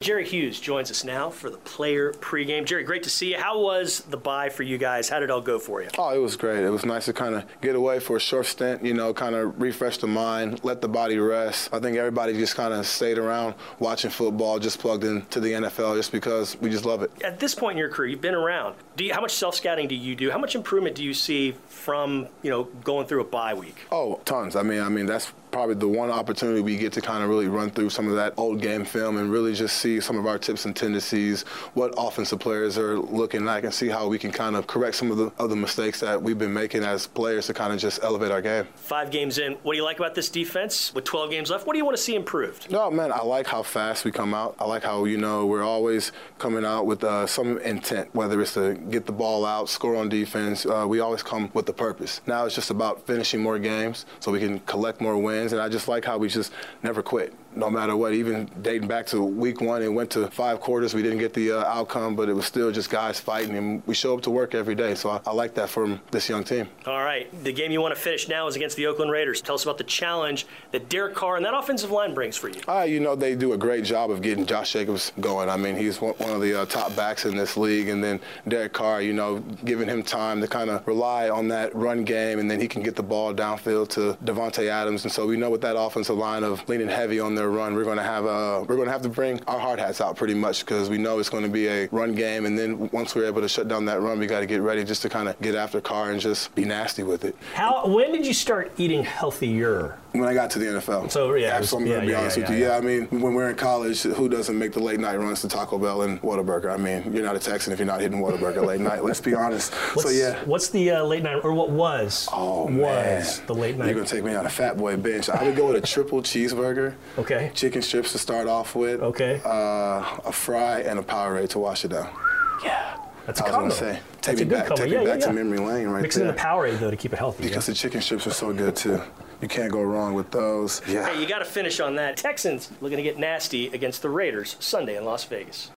Jerry Hughes joins us now for the player pregame. Jerry, great to see you. How was the bye for you guys? How did it all go for you? Oh, it was great. It was nice to kind of get away for a short stint, you know, kind of refresh the mind, let the body rest. I think everybody just kind of stayed around watching football, just plugged into the NFL just because we just love it. At this point in your career, you've been around. Do you, how much self scouting do you do? How much improvement do you see from, you know, going through a bye week? Oh, tons. I mean, I mean, that's probably the one opportunity we get to kind of really run through some of that old game film and really just see some of our tips and tendencies, what offensive players are looking like, and see how we can kind of correct some of the other mistakes that we've been making as players to kind of just elevate our game. Five games in, what do you like about this defense with 12 games left? What do you want to see improved? No, man, I like how fast we come out. I like how, you know, we're always coming out with uh, some intent, whether it's to get the ball out, score on defense. Uh, we always come with the purpose. Now it's just about finishing more games so we can collect more wins and I just like how we just never quit, no matter what. Even dating back to week one, it went to five quarters. We didn't get the uh, outcome, but it was still just guys fighting, and we show up to work every day. So I, I like that from this young team. All right, the game you want to finish now is against the Oakland Raiders. Tell us about the challenge that Derek Carr and that offensive line brings for you. Uh, you know, they do a great job of getting Josh Jacobs going. I mean, he's one of the uh, top backs in this league, and then Derek Carr, you know, giving him time to kind of rely on that run game, and then he can get the ball downfield to Devontae Adams, and so we know with that offensive line of leaning heavy on their run, we're going to have a, we're going to have to bring our hard hats out pretty much because we know it's going to be a run game. And then once we're able to shut down that run, we got to get ready just to kind of get after Carr and just be nasty with it. How? When did you start eating healthier? When I got to the NFL. So yeah, That's- I'm yeah, going to be yeah, honest yeah, with you. Yeah, I mean, when we're in college, who doesn't make the late night runs to Taco Bell and Whataburger? I mean, you're not a Texan if you're not hitting Whataburger late night. Let's be honest. What's, so yeah. What's the uh, late night or what was? Oh, was man. the late You're night? gonna take me on a fat boy bench. I would go with a triple cheeseburger, Okay. chicken strips to start off with, Okay. uh, a fry, and a Powerade to wash it down. yeah. That's a I was combo. gonna say, take That's me a good back, combo. take yeah, me yeah, back yeah. to memory lane right Mix it there. in the Powerade though to keep it healthy. yeah. Because the chicken strips are so good too. You can't go wrong with those. Yeah. Hey, you got to finish on that. Texans looking to get nasty against the Raiders Sunday in Las Vegas.